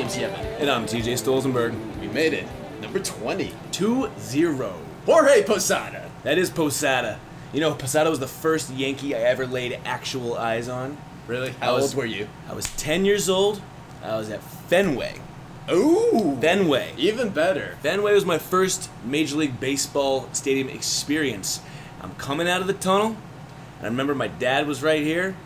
And I'm TJ Stolzenberg. We made it. Number 20. 2 0. Jorge Posada. That is Posada. You know, Posada was the first Yankee I ever laid actual eyes on. Really? How I was- old were you? I was 10 years old. I was at Fenway. Ooh. Fenway. Even better. Fenway was my first Major League Baseball stadium experience. I'm coming out of the tunnel, and I remember my dad was right here,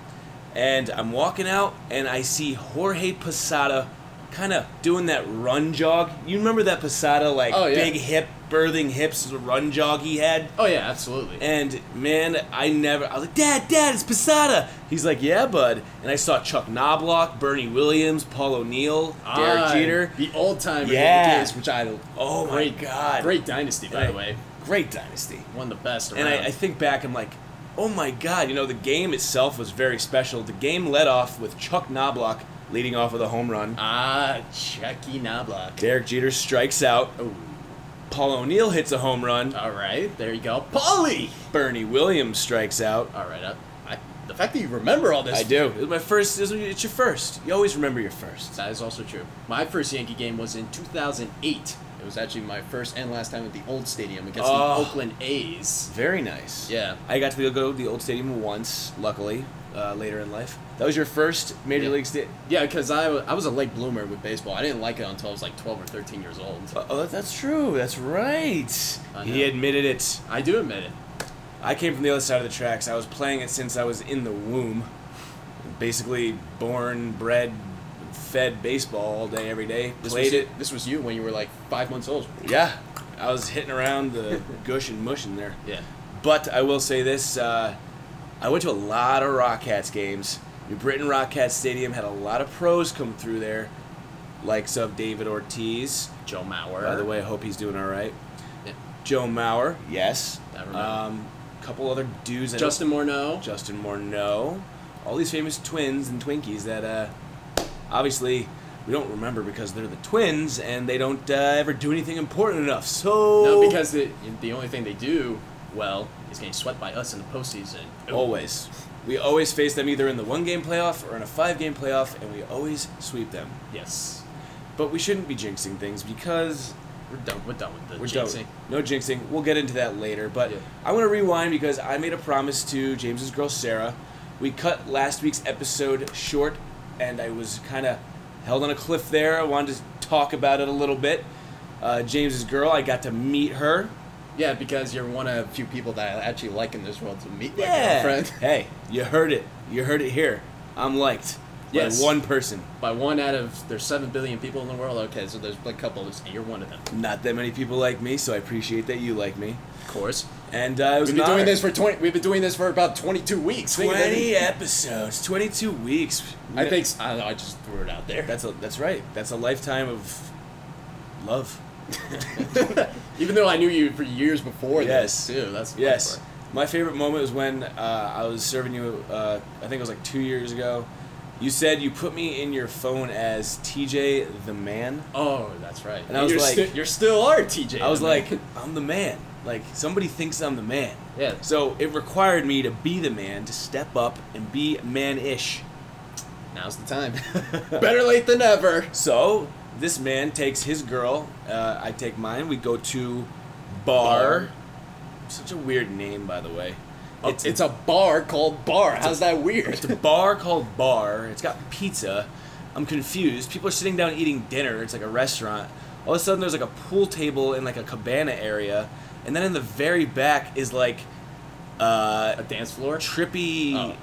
and I'm walking out, and I see Jorge Posada kind of doing that run jog. You remember that Posada, like Oh, yeah. big hip, birthing hips, the run jog he had? Oh, yeah, absolutely. And man, I never. I was like, Dad, Dad, it's Posada. He's like, Yeah, bud. And I saw Chuck Knobloch, Bernie Williams, Paul O'Neill, Derek Ah, Jeter. The old timer Yeah. Yankees, which I Oh my great, God. Great dynasty, by the way. great dynasty. One of the best around. And I, I think back, I'm like, oh my god, you know, the game itself was very special. The game led off with Chuck Knobloch leading off with a home run. ah, Chucky Knobloch. Derek Jeter strikes out. Oh, Paul O'Neill hits a home run. all right. There you go. Polly. Bernie Williams strikes out. All right. I, I, the fact that you remember all this. I do. It was my first. It was, it's your first. You always remember your first. That is also true. My first Yankee game was in 2008. It was actually my first and last time at the old stadium against Oh. the Oakland A's. Very nice. Yeah. I got to go to the old stadium once, luckily, uh, later in life. That was your first major Yeah. league stadium. Yeah, because I, wa- I was a late bloomer with baseball. I didn't like it until I was like 12 or 13 years old. Oh, that's true. That's right. I He know. admitted it. I do admit it. I came from the other side of the tracks. I was playing it since I was in the womb. Basically, born, bred, fed baseball all day, every day. This Played was, it. This was you when you were like five months old. Yeah. I was hitting around the gush and mush in there. Yeah. But I will say this uh, I went to a lot of Rockcats games. New Britain Rockcats Stadium had a lot of pros come through there, likes of David Ortiz. Joe Mauer. By the way, I hope he's doing all right. Yeah. Joe Mauer. Yes. I remember. Um, couple other dudes. I don't- Justin Morneau. Justin Morneau, all these famous twins and Twinkies that uh, obviously we don't remember because they're the twins and they don't uh, ever do anything important enough. So No, because the, the only thing they do well is getting swept by us in the postseason. always we always face them either in the one game playoff or in a five game playoff, and we always sweep them. Yes. But we shouldn't be jinxing things because We're done. We're done with the We're jinxing. jinxing. No jinxing. We'll get into that later. But Yeah. I want to rewind because I made a promise to James's girl Sarah. We cut last week's episode short, and I was kind of held on a cliff there. I wanted to talk about it a little bit. Uh, James's girl. I got to meet her. Yeah, because you're one of few people that I actually like in this world to meet my girlfriend. Hey, you heard it. You heard it here. I'm liked Yes. by one person. By one out of there's seven billion people in the world. Okay, so there's like a couple, and you're one of them. Not that many people like me, so I appreciate that you like me. Of course. And uh, I was We've an been doing honor. this for twenty. We've been doing this for about twenty-two weeks. Think of any- twenty episodes, twenty-two weeks. I think s- I don't know. I just threw it out there. That's a that's right. That's a lifetime of love. Even though I knew you for years before Yes. this too. That's the Yes. fun part. My favorite moment was when uh, I was serving you. Uh, I think it was like two years ago. You said you put me in your phone as TJ the man. Oh, that's right. And I was you're like- sti- you're still our TJ. I was man. like, I'm the man. Like somebody thinks I'm the man. Yeah. So it required me to be the man, to step up and be man-ish. now's the time. Better late than never. So this man takes his girl. Uh, I take mine. We go to bar. Bar. Oh. Such a weird name, by the way. It's, it's a bar called Bar. How's that weird? It's a bar called Bar. It's got pizza. I'm confused. People are sitting down eating dinner. It's like a restaurant. All of a sudden, there's like a pool table in like a cabana area, and then in the very back is like uh, a dance floor. trippy Oh.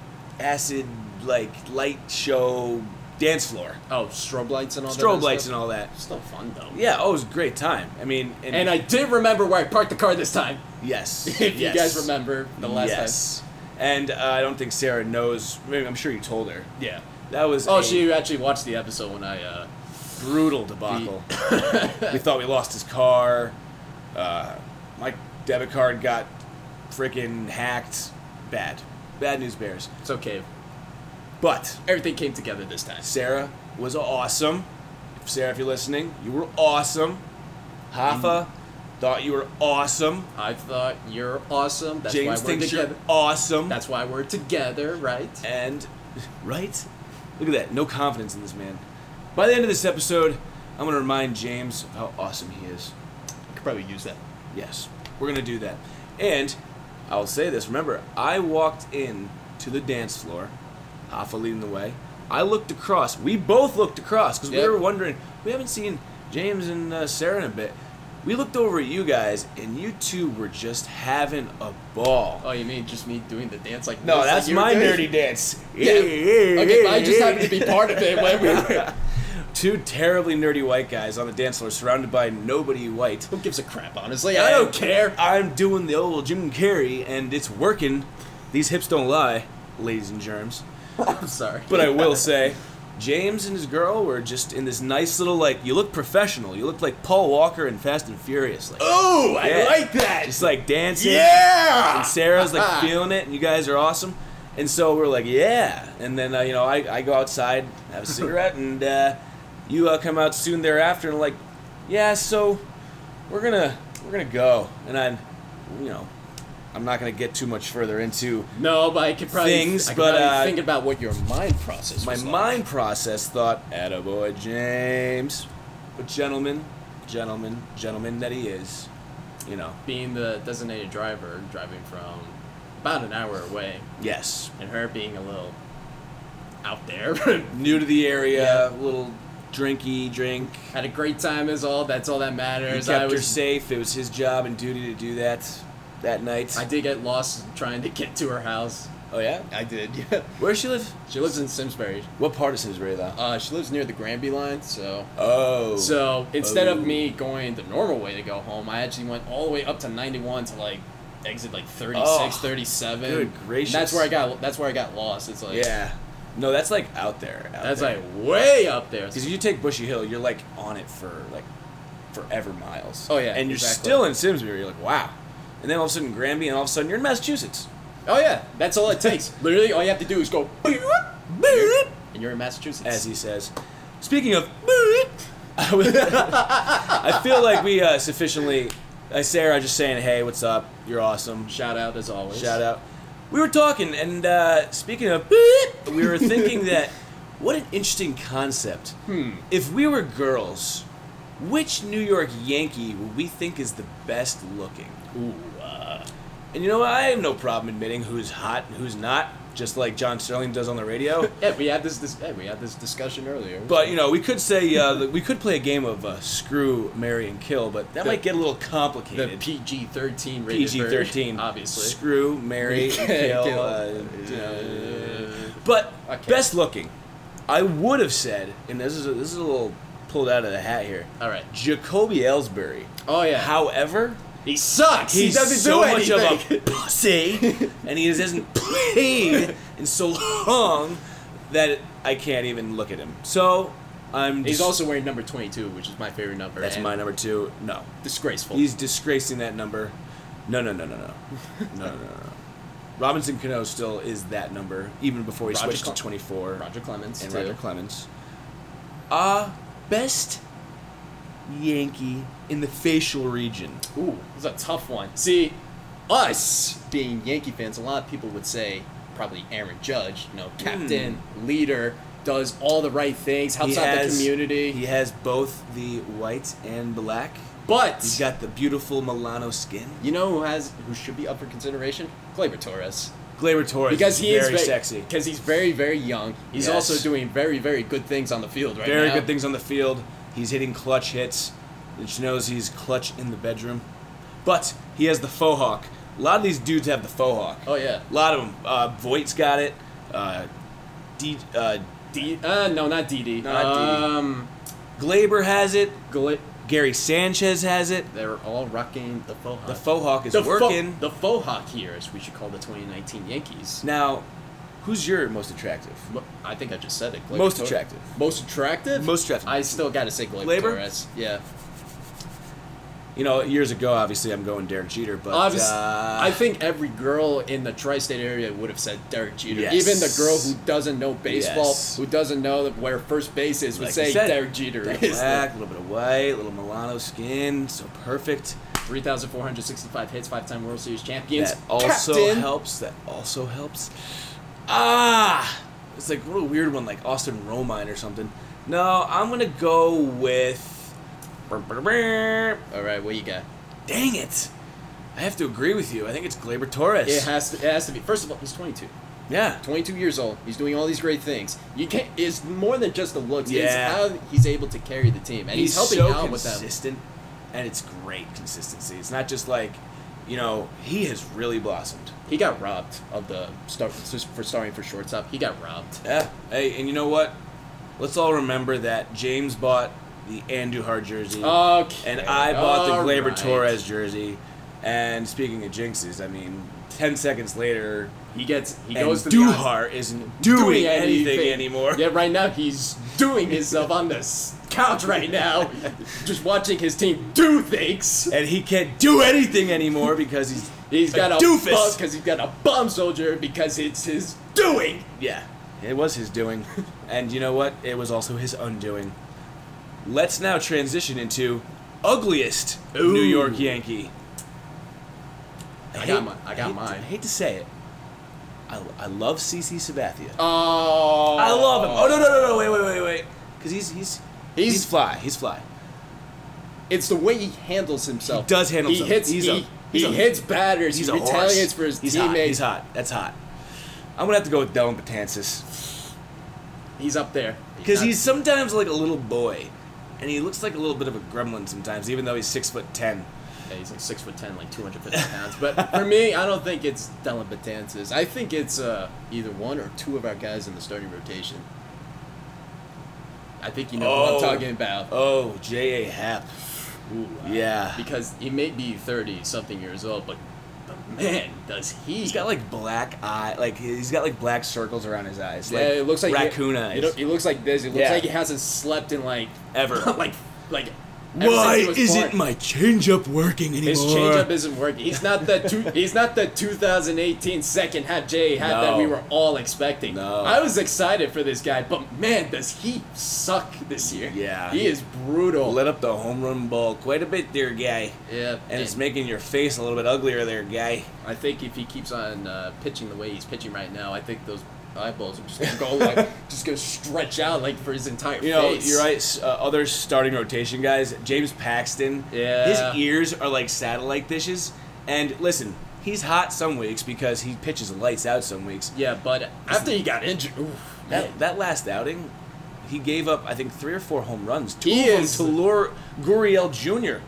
acid like light show dance floor, Oh, strobe lights and all that. strobe lights and all that. Still fun though. Yeah, oh, it was a great time. I mean, and, And I did remember where I parked the car this time. yes, If you yes. guys remember the last yes. And uh, I don't think Sarah knows. I mean, I'm sure you told her. time. Yeah. That was Oh, a she actually watched the episode when I. uh brutal debacle. we thought we lost his car. Uh, my debit card got freaking hacked. Bad. Bad news bears. It's okay. But Everything came together this time. Sarah was awesome. Sarah, if you're listening, you were awesome. Mm. Hafa thought you were awesome. I thought you're awesome. That's James why we're thinks together. you're awesome. That's why we're together, right? And right? Look at that. No confidence in this man. By the end of this episode, I'm going to remind James of how awesome he is. I could probably use that. Yes, we're gonna do that. And I'll say this: remember, I walked in to the dance floor, Alpha leading the way. I looked across. We both looked across because we Yep. were wondering. We haven't seen James and uh, Sarah in a bit. We looked over at you guys, and you two were just having a ball. Oh, you mean just me doing the dance like this, no, like that's you were my doing? dirty dance. Yeah. Okay, but I just happened to be part of it when we were. two terribly nerdy white guys on the dance floor, surrounded by nobody white. Who gives a crap, honestly? I don't care. I'm doing the old Jim Carrey, and it's working. These hips don't lie, ladies and germs. I'm sorry. But I will say, James and his girl were just in this nice little like. You look professional. You look like Paul Walker in Fast and Furious. Like, Oh, Yeah. I like that. just like dancing. yeah. And Sarah's like feeling it, and you guys are awesome. And so we're like, yeah. And then uh, you know, I, I go outside, have a cigarette, and uh, you uh, come out soon thereafter, and like, yeah. So we're gonna we're gonna go, and I'm, you know, I'm not gonna get too much further into No, but I could probably Things, I could but, probably uh, think about what your mind process. my was like. mind process. Thought, attaboy, James, but gentleman, gentleman, gentleman that he is, you know. being the designated driver, driving from about an hour away, Yes, and her being a little out there. new to the area, Yeah. little drinky drink. Had a great time is all. That's all that He matters. kept I her was. safe. It was his job and duty to do that that night. I did get lost trying to get to her house. oh yeah. I did. Yeah. Where does she live? She lives in Simsbury. What part of Simsbury though? Uh, she lives near the Granby line, so. oh. So instead Oh. of me going the normal way to go home, I actually went all the way up to 91 to like exit like 36, Oh, 37. good And gracious. that's where I got. That's where I got lost. It's like yeah. No, that's like out there. Out That's like way up there. because you take Bushy Hill, you're like on it for like forever miles. Oh, yeah, And you're exactly. still in Simsbury. You're like wow. And then all of a sudden Granby, and all of a sudden you're in Massachusetts. Oh yeah, that's all it takes. Literally, all you have to do is go, Boop, and you're in Massachusetts. As he says. Speaking of. boop, I would- I feel like we uh, sufficiently. Uh, Sarah just saying, hey, what's up? You're awesome. Shout out as always. Shout out. We were talking, and uh, speaking of, beep, we were thinking that what an interesting concept. Hmm. If we were girls, which New York Yankee would we think is the best looking? Ooh, uh, And you know what? I have no problem admitting who's hot and who's not, just like John Sterling does on the radio. yeah, we had this. this yeah, we had this discussion earlier. But you know, we could say uh, that we could play a game of uh, screw, marry, and kill, but that The- might get a little the complicated. PG-13 rated PG thirteen, version, obviously. Screw, marry, kill. Kill. Uh, you know, but Okay. best looking, I would have said, and this is a, this is a little pulled out of the hat here. All right. Jacoby Ellsbury. Oh yeah. However, he sucks. he's he doesn't so do much anything. of a pussy, and he hasn't played in so long that I can't even look at him. So I'm. He's just- also wearing number 22, which is my favorite number. that's and my number two. No, Disgraceful. He's disgracing that number. No, no, no, no, no, no, no, no. no. Robinson Cano still is that number, even before he Roger switched Cl- to 24 Roger Clemens and too. Roger Clemens. Uh, best Yankee in the facial region. Ooh, this is a tough one. See, us being Yankee fans, a lot of people would say probably Aaron Judge, you know, captain, leader, does all the right things, helps out the community. He Hmm. has both the white and black. but He's got the beautiful Milano skin. you know who has who should be up for consideration? Gleyber Torres, Glaber Torres because is he very is sexy. Because he's very very young. He's Yes. also doing very very good things on the field right Very now. good things on the field. He's hitting clutch hits. Which knows he's clutch in the bedroom. But he has the faux hawk. A lot of these dudes have the faux hawk. Oh yeah. A lot of them. Uh, Voight's got it. Uh, D, uh, D. Uh, no, not DD. No, not DD. Um, Glaber has it. Gle- Gary Sanchez has it. they're all rocking the faux hawk. The faux hawk is the fo- working. the faux hawk here, as we should call the 2019 Yankees. now, who's your most attractive? Mo- I think I just said it. Gleyber Most Torres. attractive. Most attractive. Most attractive. I still gotta say Gleyber, Gleyber? Torres. Yeah. You know, years ago, obviously, I'm going Derek Jeter, but Obviously, uh, I think every girl in the tri-state area would have said Derek Jeter. Yes. Even the girl who doesn't know baseball, Yes. who doesn't know where first base is, would like you say said, Derek Jeter Derek is Black, a little bit of white, a little Milano skin, so perfect. three thousand four hundred sixty-five hits, five-time World Series champions. That also captain. helps. That also helps. Ah, it's like what a weird one, like Austin Romine or something. No, I'm gonna go with. Dang All right, what you got? it! I have to agree with you. I think it's Glaber Torres. It has to. It has to be. First of all, he's 22. yeah. 22 years old. He's doing all these great things. You can't. It's more than just the looks. Yeah. It's how he's able to carry the team, and he's, helping so out with them. consistent, and it's great consistency. It's not just like, you know, he has really blossomed. He got robbed of the start just for starting for shortstop. He got robbed. Yeah. Hey, and you know what? Let's all remember that James bought the Andujar jersey, Okay. and I bought the Oh, all Glaber right. Torres jersey. And speaking of jinxes, I mean, ten seconds later, He gets. He and goes to the Duhar isn't doing, anything, anymore. Yeah, right now he's doing himself on the s- couch right now, just watching his team do things. And he can't do anything anymore because he's He's got a, doofus. because he's got a bomb soldier because it's his doing. Yeah, it was his doing. and you know what? It was also his undoing. Let's now transition into ugliest New Ooh. York Yankee. I got mine. I got hate, mine. I hate to say it. I, I love CC Sabathia. Oh, I love him. Oh no no no no! Wait wait wait wait. Because he's he's, he's He's- fly. He's fly. It's the way he handles himself. He does handle He himself. hits. He's he a- he's he a- hits batters. He's he a retaliates horse. for his he's teammates. Hot. He's hot. That's hot. I'm gonna have to go with Dylan Patansis He's up there because not- he's sometimes like a little boy, and he looks like a little bit of a gremlin sometimes, even though he's six foot ten. Yeah, he's like six foot ten, like two hundred fifty pounds. But for me, I don't think it's Dylan Betances. I think it's uh, either one or two of our guys in the starting rotation. I think you know Oh. what I'm talking about. Oh, J.A. Happ. Ooh, uh, Yeah. because he may be thirty something years old, but, but man, does he? He's got like black eye, like he's got like black circles around his eyes. yeah, it looks like raccoon eyes. He, it, looks like this. It looks Yeah. like he hasn't slept in like Ever. like like. ever Why since he was isn't born. my changeup working anymore? His changeup isn't working. He's not the two, he's not the 2018 second half J hat that No. we were all expecting. No. I was excited for this guy, but man, does he suck this year? Yeah. he is brutal. Let up the home run ball quite a bit there, guy. yeah, And it's making your face a little bit uglier there, guy. I think if he keeps on uh, pitching the way he's pitching right now, I think those eyeballs are just gonna go like just gonna stretch out like for his entire You know, face. you're right. s- Uh, other starting rotation guys, James Paxton. Yeah. His ears are like satellite dishes. And listen, he's hot some weeks because he pitches lights out some weeks. Yeah, but after he got injured, oof, man. That, that last outing, he gave up I think three or four home runs. Two He of them is- to Lor Guriel Jr.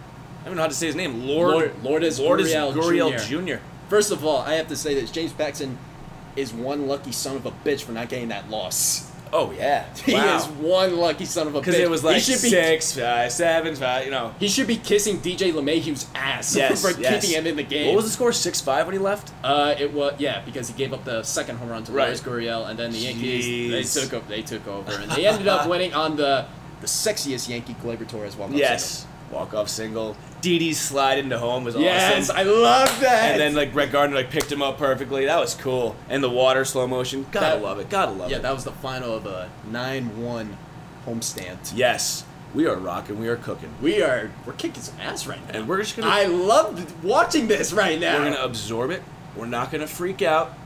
I don't know how to say his name. Lord Lord- Lourdes Lourdes Gurriel Jr. Jr.. First of all, I have to say this: James Paxton is one lucky son of a bitch for not getting that loss. Oh yeah, He is one lucky son of a bitch. Because it was like he should be, six, five, seven, five. You know. He should be kissing DJ LeMahieu's ass Yes, for yes. keeping him in the game. What was the score? Six five when he left. Uh, it was yeah because he gave up the second home run to Right. Lourdes Gurriel, and then the Yankees Jeez. they took up they took over, and they ended up winning on the the sexiest Yankee Glaber Torres walk Yes. Walk off single. Didi's slide into home was Yes, awesome. I love that. And then like Brett Gardner like picked him up perfectly. That was cool. And the water slow motion. Gotta That- love it. Gotta love yeah, it. that was the final of a nine-one homestand. yes. We are rocking. We are cooking. We are we're kicking some ass right now. And we're just gonna I love watching this right now. We're going to absorb it. We're not going to freak out.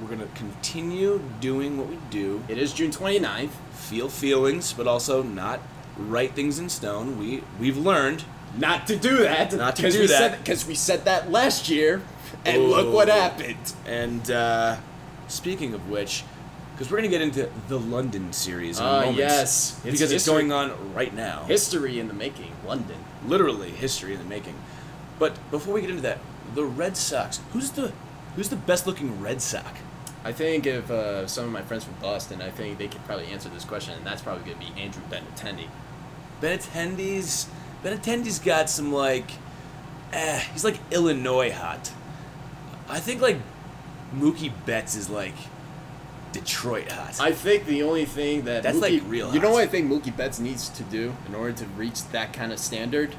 We're going to continue doing what we do. It is June 29th. Feel feelings, but also not write things in stone. We we've learned. Not to do that. Not to 'cause do we that. Because we said that last year, and Ooh. look what happened. And uh, speaking of which, because we're going to get into the London series in a Ah, moment. yes. It's because it's history. going on right now. History in the making, London. Literally history in the making. But before we get into that, the Red Sox. Who's the who's the best looking Red Sox? I think if uh, some of my friends from Boston, I think they could probably answer this question, and that's probably going to be Andrew Benatendi. Benatendi's Benatendi's got some like, eh, he's like Illinois hot. I think like Mookie Betts is like Detroit hot. I think the only thing that That's, Mookie, like, real You know hot. what I think Mookie Betts needs to do in order to reach that kind of standard?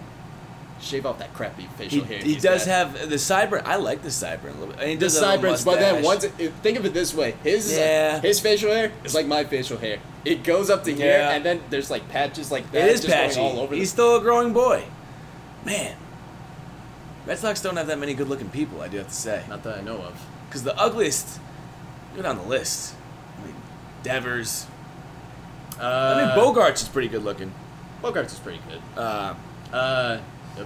Shave off that crappy he, facial hair. he he's does got. have the sideburn. I like the sideburn a little bit. And he the does that little sideburns, but then once mustache. it, it- think of it this way: his is like- Yeah. his facial hair is like my facial hair. It goes up to here, Yeah. and then there's like patches like that. it is just going patchy. all over. he's the, still a growing boy. Man, Red Sox don't have that many good-looking people. I do have to say. not that I know of. Because the ugliest, go down the list. I mean, Devers, I mean, Uh, Bogarts is pretty good looking. Bogarts is pretty good. Uh, Uh,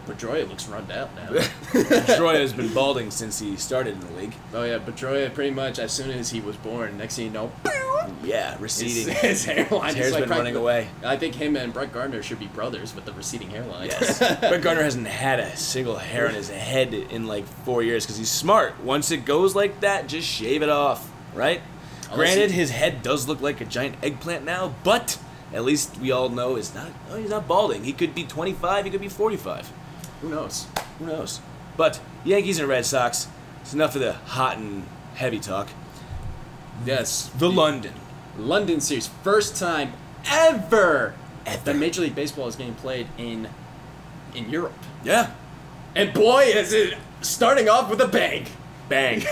Pedroia looks run down now. Troy has been balding since he started in the league. oh yeah, Pedroia pretty much as soon as he was born. Next thing you know, Yeah, his, receding. his hairline His is hair's like been running practically- away. I think him and Brett Gardner should be brothers with the receding hairline. Yes. Brett Gardner hasn't had a single hair on his head in like four years because he's smart. Once it goes like that, just shave it off, right? Unless Granted, he- his head does look like a giant eggplant now, but at least we all know it's not. Oh, he's not balding. He could be 25. He could be 45. Who knows? Who knows? But Yankees and Red Sox. It's enough of the hot and heavy talk. Yes. The London. London series, first time ever, Ever. that Major League Baseball is getting played in in Europe. Yeah. And boy, is it starting off with a bang! Bang.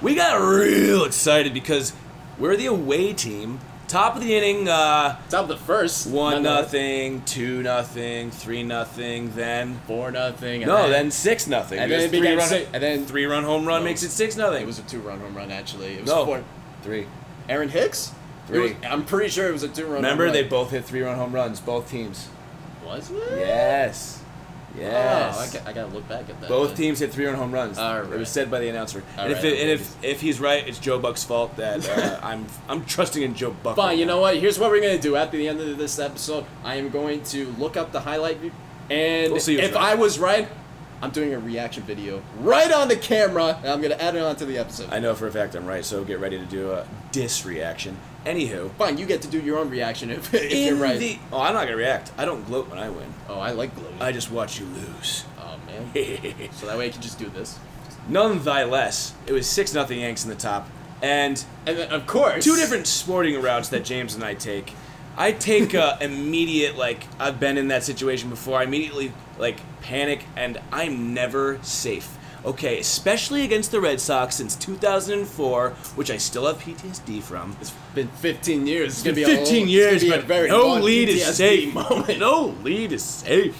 we got real excited because we're the away team. Top of the inning. Uh, Top of the first, One none of- nothing, two nothing, three nothing, then four nothing. and no, then six nothing. and then it Because three became run, six, and then three run home run No. makes it six nothing. It was a two-run home run actually. It was no four. three. Aaron Hicks. It was- Three. I'm pretty sure it was a two-run. Remember, home they run. both hit three run home runs, both teams. was it? Yes, yes. Oh, I, got, I gotta look back at that. Both then. teams hit three run home runs. All It right. was said by the announcer. All and if right, it, I'm and if if he's right, it's Joe Buck's fault that uh, I'm I'm trusting in Joe Buck. Fine, right you now. know what? Here's what we're gonna do. At the end of this episode, I am going to look up the highlight, view, and We'll see who's if right. I was right, I'm doing a reaction video right on the camera, and I'm gonna add it onto the episode. I know for a fact I'm right, so get ready to do a dis reaction. Anywho, Fine, you get to do your own reaction if, if in you're right. the oh, I'm not gonna react. I don't gloat when I win. oh, I like glowing. I just watch you lose. oh man. so that way I can just do this. Nonetheless, it was six nothing Yanks in the top, and And then, of course, two different sporting routes that James and I take. I take uh, immediate like I've been in that situation before. I immediately like panic, and I'm never safe. Okay, especially against the Red Sox since 2004, which I still have PTSD from. It's been 15 years. It's, gonna be a 15 long- years, it's gonna be but a very no long lead PTSD is safe. Moment. No lead is safe.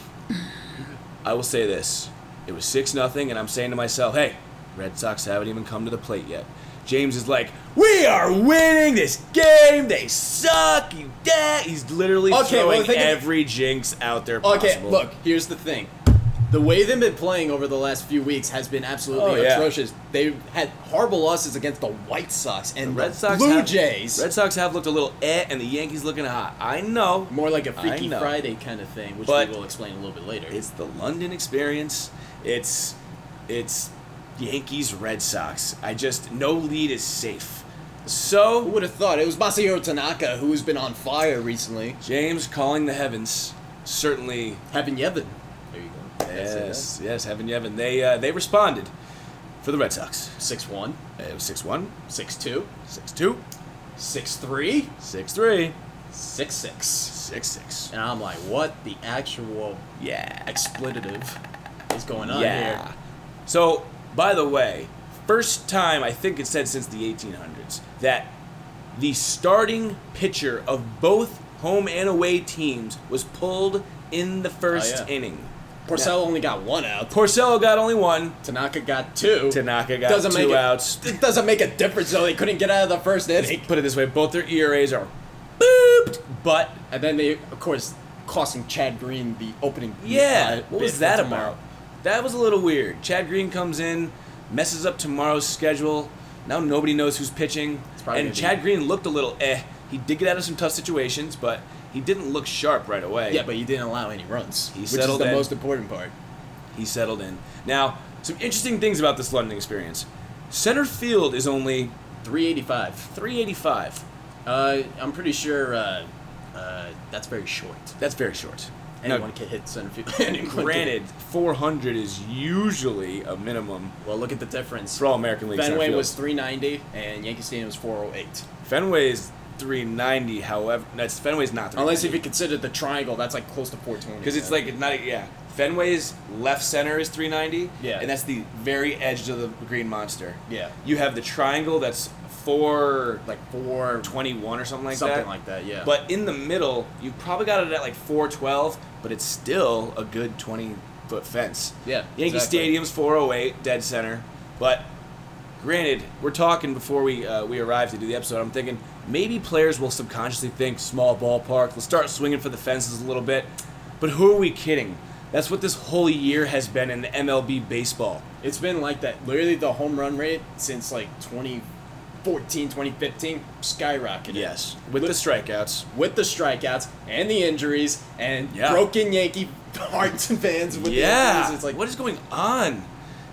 I will say this: it was six nothing, and I'm saying to myself, "Hey, Red Sox haven't even come to the plate yet." James is like, "We are winning this game. They suck. You dad." He's literally Okay, well, the throwing thing is- every jinx out there possible. Okay, look, here's the thing. The way they've been playing over the last few weeks has been absolutely Oh, yeah. atrocious. They've had horrible losses against the White Sox and the Red Sox, Blue have, Jays. Red Sox have looked a little eh, and the Yankees looking hot. I know. More like a Freaky know. Friday kind of thing, which But- we will explain a little bit later. It's the London experience. It's it's Yankees Red Sox. I just no lead is safe. Who So would have thought? It was Masahiro Tanaka, who's been on fire recently. James calling the heavens certainly Having Yevon. There you go. yes yes heaven heaven they uh, they responded for the Red Sox. 6 1, It was 6-1, 6 2, 6-2, 6 3, 6-3, 6 6. 6-6. And I'm like, what the actual Yeah. expletive is going on here? So, by the way, first time I think it said since the 1800s that the starting pitcher of both home and away teams was pulled in the first Oh, yeah. inning. Porcello only got one out. Porcello got only one. Tanaka got two. Tanaka got Doesn't two make it- outs. It doesn't make a difference though. They couldn't get out of the first inning, Put it this way, both their ERAs are booped, but and then they, of course, costing Chad Green the opening. yeah, uh, what bid was for that tomorrow. about? That was a little weird. Chad Green comes in, messes up tomorrow's schedule. Now nobody knows who's pitching. probably And gonna be- Chad Green looked a little eh. He did get out of some tough situations, but he didn't look sharp right away. Yeah, but you didn't allow any runs, He which is settled the in. most important part. he settled in. Now, some interesting things about this London experience. Center field is only 385. 385. Uh, I'm pretty sure uh, uh, that's very short. That's very short. Now, Anyone can hit center field. Anyone can- granted, 400 is usually a minimum Well, look at the difference. for all American League center Fenway field. was 390, and Yankee Stadium was 408. Fenway's 390, however. That's Fenway's not 390. Unless if you consider the triangle, that's like close to 420. Because it's man. like not yeah. Fenway's left center is 390. Yeah. And that's the very edge of the Green Monster. Yeah. You have the triangle that's 421 like four or something like something that. like that. Yeah. But in the middle, you probably got it at like 412, but it's still a good 20 foot fence. Yeah, Yankee exactly. Stadium's 408 dead center, but granted, we're talking before we uh, we arrived to do the episode. I'm thinking maybe players will subconsciously think small ballpark. Let's start swinging for the fences a little bit. But who are we kidding? That's what this whole year has been in MLB baseball. It's been like that. Literally, the home run rate since like 2014, 2015 skyrocketed. Yes, with the strikeouts. With the strikeouts and the injuries and Yeah. broken Yankee hearts and fans with the Yeah. injuries. It's like, what is going on?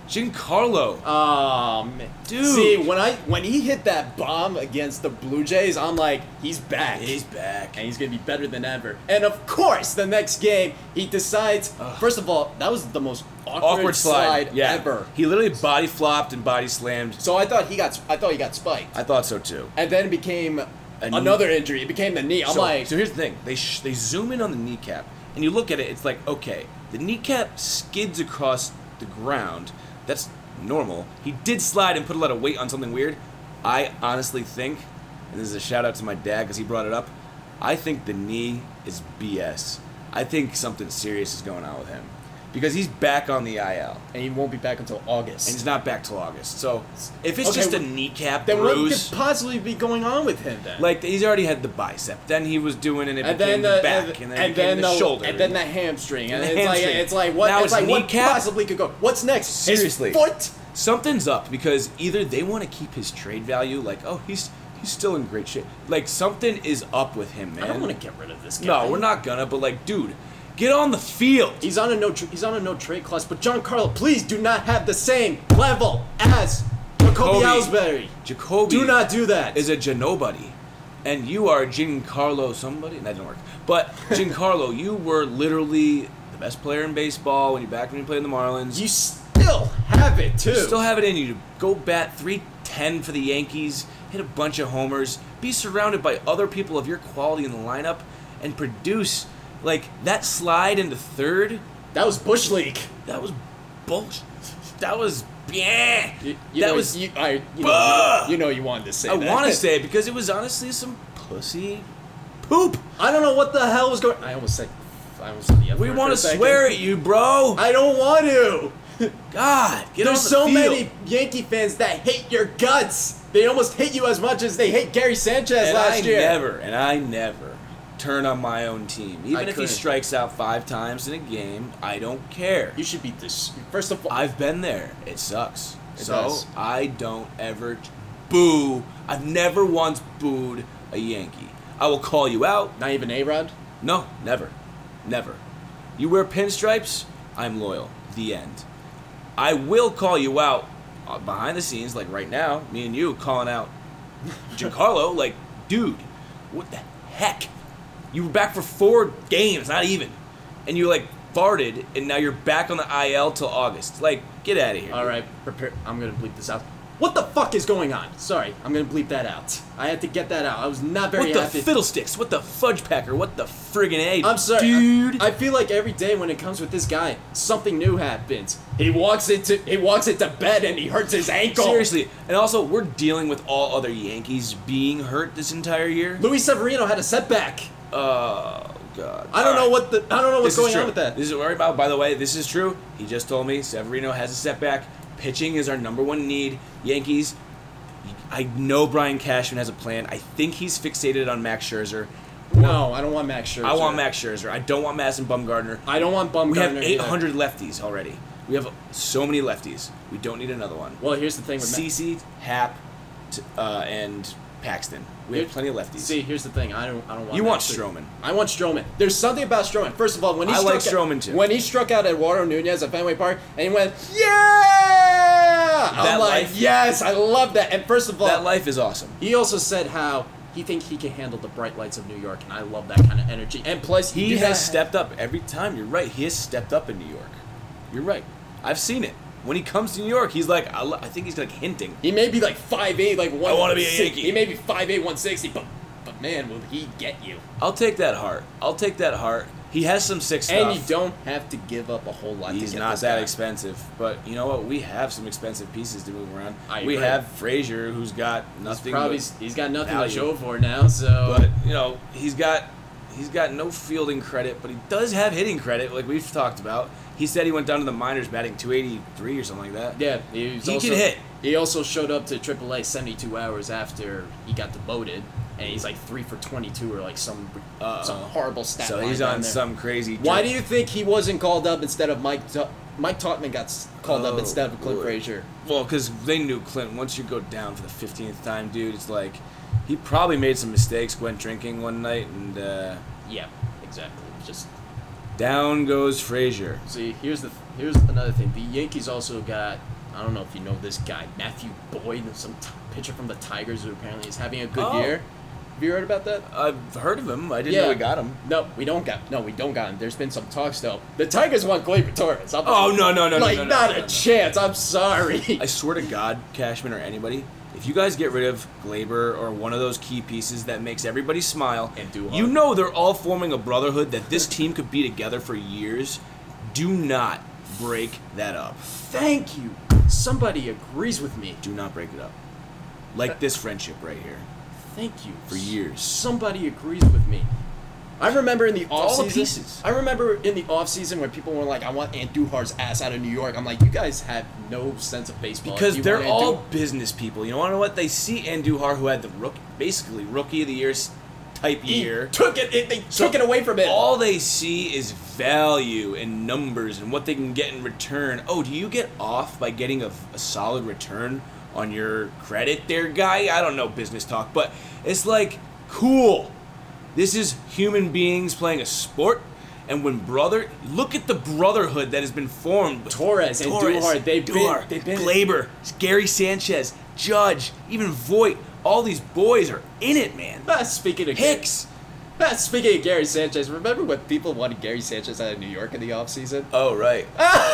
Giancarlo. Oh, man. Dude. See, when I when he hit that bomb against the Blue Jays, I'm like, he's back. He's back. and he's gonna be better than ever. And of course, the next game he decides. Ugh. First of all, that was the most awkward, Awkward slide. slide, yeah. ever. He literally body flopped and body slammed. So I thought he got. I thought he got spiked, I thought so too. and then it became knee. another injury. It became the knee. I'm so, like, so here's the thing: they sh- they zoom in on the kneecap, and you look at it. It's like, okay, the kneecap skids across the ground. That's normal. He did slide and put a lot of weight on something weird. I honestly think, and this is a shout out to my dad because he brought it up. I think the knee is BS. I think something serious is going on with him because he's back on the IL and he won't be back until August. and he's not back till August. So if it's Okay, just a well, kneecap then what could bruise, possibly be going on with him then? like he's already had the bicep. Then he was doing it. It and then became the, the and, back, and, then, it and became then the, shoulder, and then the hamstring, and, And the it's hamstring. like it's like what Now it's, it's like what kneecap. possibly could go. What's next? His Seriously. foot. Something's up because either they want to keep his trade value, like oh he's he's still in great shape. Like something is up with him, man. I don't want to get rid of this guy. No, we're not gonna. But like, dude, get on the field. He's on a no. Tr- he's on a no trade clause. But John Carlo, please do not have the same level as Jacoby Kobe. Ellsbury. Jacoby. Do not do that. is a Ginobili, and you are Giancarlo somebody. That didn't work. But Giancarlo, you were literally the best player in baseball when you back when you played in the Marlins. you still have it too? Still have it in you. Go bat 310 for the Yankees, hit a bunch of homers, be surrounded by other people of your quality in the lineup, and produce. Like, that slide into third, that was bush league. that was bullshit. That was. Yeah! You, you that know, was. You, I, you, know, Bah! you, you know you wanted to say. I that. want to say it because it was honestly some pussy poop. I don't know what the hell was going. I almost said. I almost said the F We word want for to a second. swear at you, bro. I don't want to. God, get There's on the so field. many Yankee fans that hate your guts. They almost hate you as much as they hate Gary Sanchez and last I year. never, and I never turn on my own team. Even if he couldn't. strikes out five times in a game, I don't care. You should beat this. First of all, I've been there. It sucks. It so does. I don't ever t- boo. I've never once booed a Yankee. I will call you out. not even A Rod. No, never. Never. You wear pinstripes, I'm loyal. The end. I will call you out uh, behind the scenes, like right now, me and you calling out Giancarlo, like, dude, what the heck? You were back for four games, not even. And you, like, farted, and now you're back on the IL till August. Like, get out of here. All right, prepare. I'm gonna bleep this out. What the fuck is going on? Sorry, I'm gonna bleep that out. I had to get that out. I was not very What the happy. fiddlesticks? What the fudge packer? What the friggin' A? I'm sorry, Dude. I, I feel like every day when it comes with this guy, something new happens. He walks into he walks into bed and he hurts his ankle. Seriously, and also we're dealing with all other Yankees being hurt this entire year. Luis Severino had a setback. Oh God! I don't know what the I don't know what's This going is true. on with that. This is worried about. By the way, this is true. He just told me Severino has a setback. Pitching is our number one need. Yankees. I know Brian Cashman has a plan. I think he's fixated on Max Scherzer. no, I don't want Max Scherzer. I want Max Scherzer. I don't want Madison Bumgarner. I don't want Bumgarner. We have either. 800 lefties already. We have so many lefties. We don't need another one. Well, here's the thing with Max. CC, Hap, t- uh, and Paxton. We have plenty of lefties. See, here's the thing. I don't. I don't want. You that want to- Stroman. I want Stroman. There's something about Stroman. First of all, when he I struck like Stroman, too. When he struck out Eduardo Nunez at Fenway Park, and he went, "Yeah!" That I'm like, life- "Yes, I love that." And first of all, that life is awesome. he also said how he think he can handle the bright lights of New York, and I love that kind of energy. And plus, He you has ha- stepped up every time. You're right. He has stepped up in New York. You're right. I've seen it. When he comes to New York, he's like, I, li- I think he's like hinting. He may be like 5'8", like one. wanna be a Yankee. He may be 5'8", 160, but but man, will he get you? I'll take that heart. I'll take that heart. He has some sick stuff. And you don't have to give up a whole lot. to He's get not this that guy. expensive, but you know what? We have some expensive pieces to move around. I we agree. have Frazier, who's got nothing. Probably but- he's got nothing value. to show for now. So but you know he's got he's got no fielding credit, but he does have hitting credit, like we've talked about. He said he went down to the minors batting 283 or something like that. Yeah, he, was He also, can hit. He also showed up to AAA 72 hours after he got demoted. and he's like three for twenty-two or like some Uh-oh. some horrible stat. Uh, So line he's down on there. some crazy. Why jerk- do you think he wasn't called up instead of Mike? Tu- Mike Totman got s- called up Oh, instead of Clint boy. Frazier. Well, because they knew Clinton. Once you go down for the fifteenth time, dude, it's like he probably made some mistakes. Went drinking one night, and uh, Yeah, exactly. Just down goes Frazier. see, here's the here's another thing. The Yankees also got I don't know if you know this guy Matthew Boyd, some t- pitcher from the Tigers who apparently is having a good Oh. year. Have you heard about that? I've heard of him. I didn't know Yeah. we got him. No, we don't got. No, we don't got him. There's been some talks though. The Tigers want Gleyber Torres. I'm, Oh, no, no, no, no, like no, no, not no, a no. chance. I'm sorry. I swear to God, Cashman or anybody, if you guys get rid of Glaber or one of those key pieces that makes everybody smile, And do you hug. know they're all forming a brotherhood that this team could be together for years. Do not break that up. Thank you. Somebody agrees with me. Do not break it up. Like this friendship right here. Thank you. For years. Somebody agrees with me. I remember in the all the offseason. pieces. I remember in the offseason when people were like, "I want Andujar's ass out of New York." I'm like, "You guys have no sense of baseball." Because You they're want all Andu- business people. You know, I don't know what they see Andujar, who had the rook, basically rookie of the year s- type He year. took it. it- they So took it away from it. All they see is value and numbers and what they can get in return. Oh, do you get off by getting a, a solid return on your credit there, guy? I don't know business talk, but it's like, cool. This is human beings playing a sport. And when brother, look at the brotherhood that has been formed. with Torres and Duhar, they've been- Duhar, they've been- Glaber, Gary Sanchez, Judge, even Voight. All these boys are in it, man. Ah, speaking of Hicks. Ah, speaking of Gary Sanchez, remember when people wanted Gary Sanchez out of New York in the offseason? Oh, right.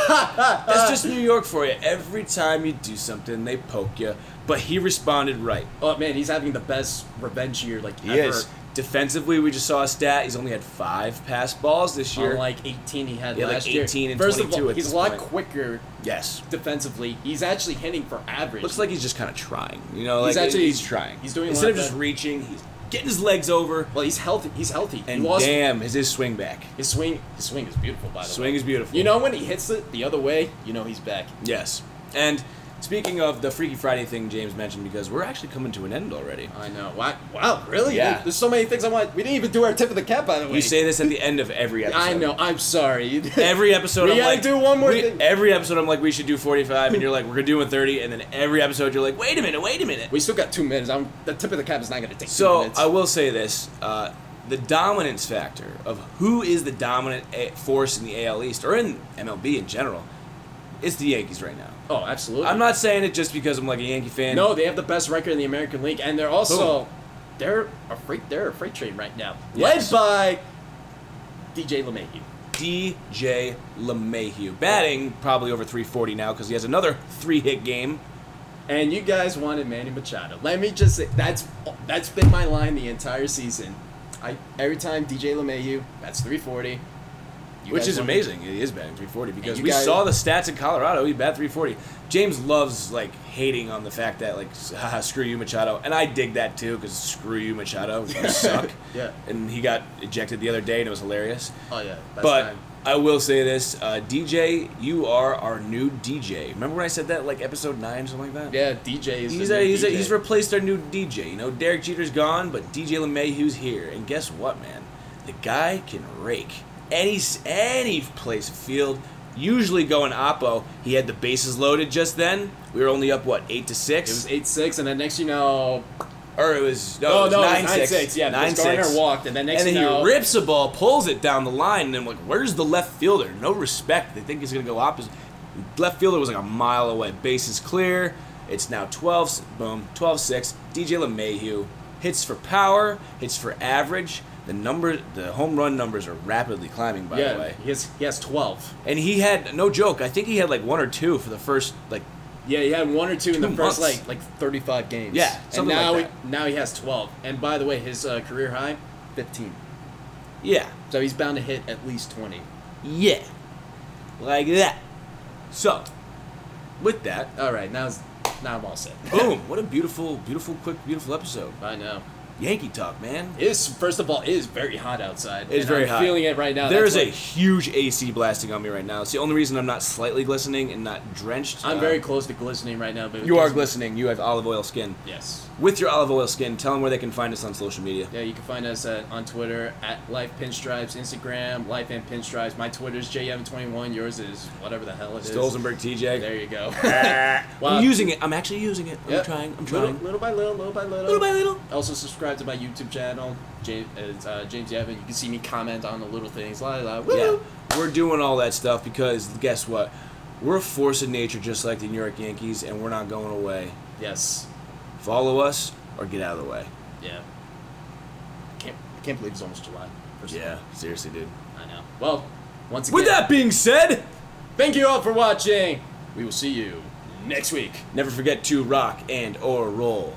That's just New York for you. Every time you do something, they poke you. But he responded right. Oh man, he's having the best revenge year like He ever. is. Defensively, we just saw a stat. He's only had five pass balls this year. On like 18 he had Yeah, like last year. 18 and First 22 of all, at he's this a lot point. quicker yes. defensively. He's actually hitting for average. Looks like he's just kind of trying. You know, like He's actually- he's trying. he's doing a instead lot of just better. reaching, he's getting his legs over. well, he's healthy. He's healthy. And he lost damn, is his swing back? his swing. His swing is beautiful by the way. Swing is beautiful. You know when he hits it the other way, you know he's back. Yes. And speaking of the Freaky Friday thing James mentioned, because we're actually coming to an end already. I know. Wow, wow really? Yeah. There's so many things I want. We didn't even do our tip of the cap by the way. You say this at the end of every episode. I know. I'm sorry. Every episode, We I'm gotta like, do one more we- thing. Every episode, I'm like, we should do 45, and you're like, we're gonna do a 30, and then every episode, you're like, wait a minute, wait a minute. We still got two minutes. I'm, the tip of the cap is not going to take two So minutes. I will say this: uh, the dominance factor of who is the dominant a- force in the AL East or in MLB in general, it's the Yankees right now. oh, absolutely. I'm not saying it just because I'm like a Yankee fan. No, they have the best record in the American League, and they're also they're a freight they're a freight train right now, Yes. led by DJ LeMahieu. DJ LeMahieu batting probably over 340 now because he has another three-hit game. And you guys wanted Manny Machado. Let me just say that's that's been my line the entire season. I every time DJ LeMahieu, that's 340. You Which guys is wanted- amazing. He is batting 340 because you we guys- saw the stats in Colorado. He bat 340. James loves like hating on the fact that like Haha, screw you Machado, and I dig that too because screw you Machado, you suck. Yeah. And he got ejected the other day, and it was hilarious. Oh yeah, best but time. I will say this, uh, DJ, you are our new DJ. Remember when I said that like episode nine, something like that? yeah, DJ is the He's new a, he's, a, DJ. he's replaced our new DJ. You know, Derek Jeter's gone, but DJ LeMahieu's here. And guess what, man? The guy can rake any s- any place of field. Usually going oppo. He had the bases loaded just then. We were only up what eight to it six, was eight six, and then next you know, or it was no, oh it was no, nine, nine six, yeah, nine because Garner six. walked, and then next And then you know, he rips a ball, pulls it down the line, and I'm like, "Where's the left fielder?" No respect. They think he's gonna go opposite. Left fielder was like a mile away. Base is clear. It's now 12. Boom, 12-6. DJ LeMahieu hits for power. Hits for average. The number, the home run numbers are rapidly climbing. By yeah, the way, he has he has twelve. and he had no joke. I think he had like one or two for the first like Yeah, he had one or two in the Two first months. like like thirty five games. Yeah, and something now like he, now he has twelve. And by the way, his uh, career high, fifteen. yeah. So he's bound to hit at least twenty. Yeah. Like that. So, with that, All right, now now I'm all set. boom. what a beautiful, beautiful, quick, beautiful episode. I know. Yankee talk, man. It is first of all, it is very hot outside. It is and very I'm hot. Feeling it right now. There is That's a why huge AC blasting on me right now. It's the only reason I'm not slightly glistening and not drenched. I'm Uh, very close to glistening right now, but You are glistening. You have olive oil skin. Yes. With your olive oil skin, tell them where they can find us on social media. Yeah, you can find us at, on Twitter at Life Pinstripes, Instagram Life and Pinstripes. My Twitter's JM21. Yours is whatever the hell it is. Stolzenberg TJ. There you go. Wow. I'm using it. I'm actually using it. I'm Yep. trying. I'm Little, trying. little by little, little by little. Little by little. Also subscribe to my YouTube channel, James, it's, uh, James Yavin. You can see me comment on the little things. La la. la. Yeah, Woo! we're doing all that stuff because guess what? We're a force of nature, just like the New York Yankees, and we're not going away. Yes. Follow us or get out of the way. Yeah. Can't can't believe it's almost July. First of Yeah, seriously, dude. all. I know. Well, once again, With that being said, thank you all for watching. We will see you next week. never forget to rock and or roll.